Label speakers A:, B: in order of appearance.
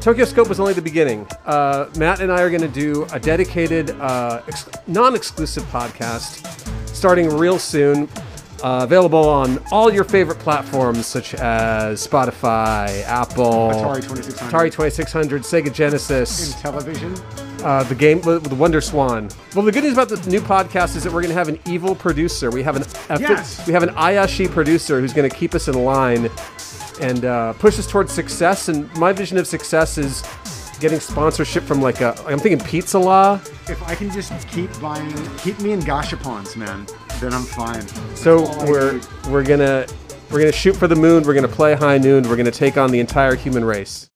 A: Tokyo Scope was only the beginning. Uh, Matt and I are going to do a dedicated, uh, ex- non exclusive podcast starting real soon. Uh, available on all your favorite platforms such as Spotify, Apple,
B: Atari 2600.
A: Atari 2600, Sega Genesis,
B: television.
A: uh, the game with the Wonder Swan. Well, the good news about this new podcast is that we're going to have an evil producer. We have an a fi-
B: Yes.
A: we have an Ayashi producer who's going to keep us in line and uh, push us towards success. And my vision of success is getting sponsorship from like a I'm thinking Pizza Law.
B: If I can just keep buying, keep me in gashapons, man, then I'm fine.
A: So
B: That's all Oh, I
A: we're
B: need.
A: we're gonna we're gonna shoot for the moon. We're gonna play high noon. We're gonna take on the entire human race.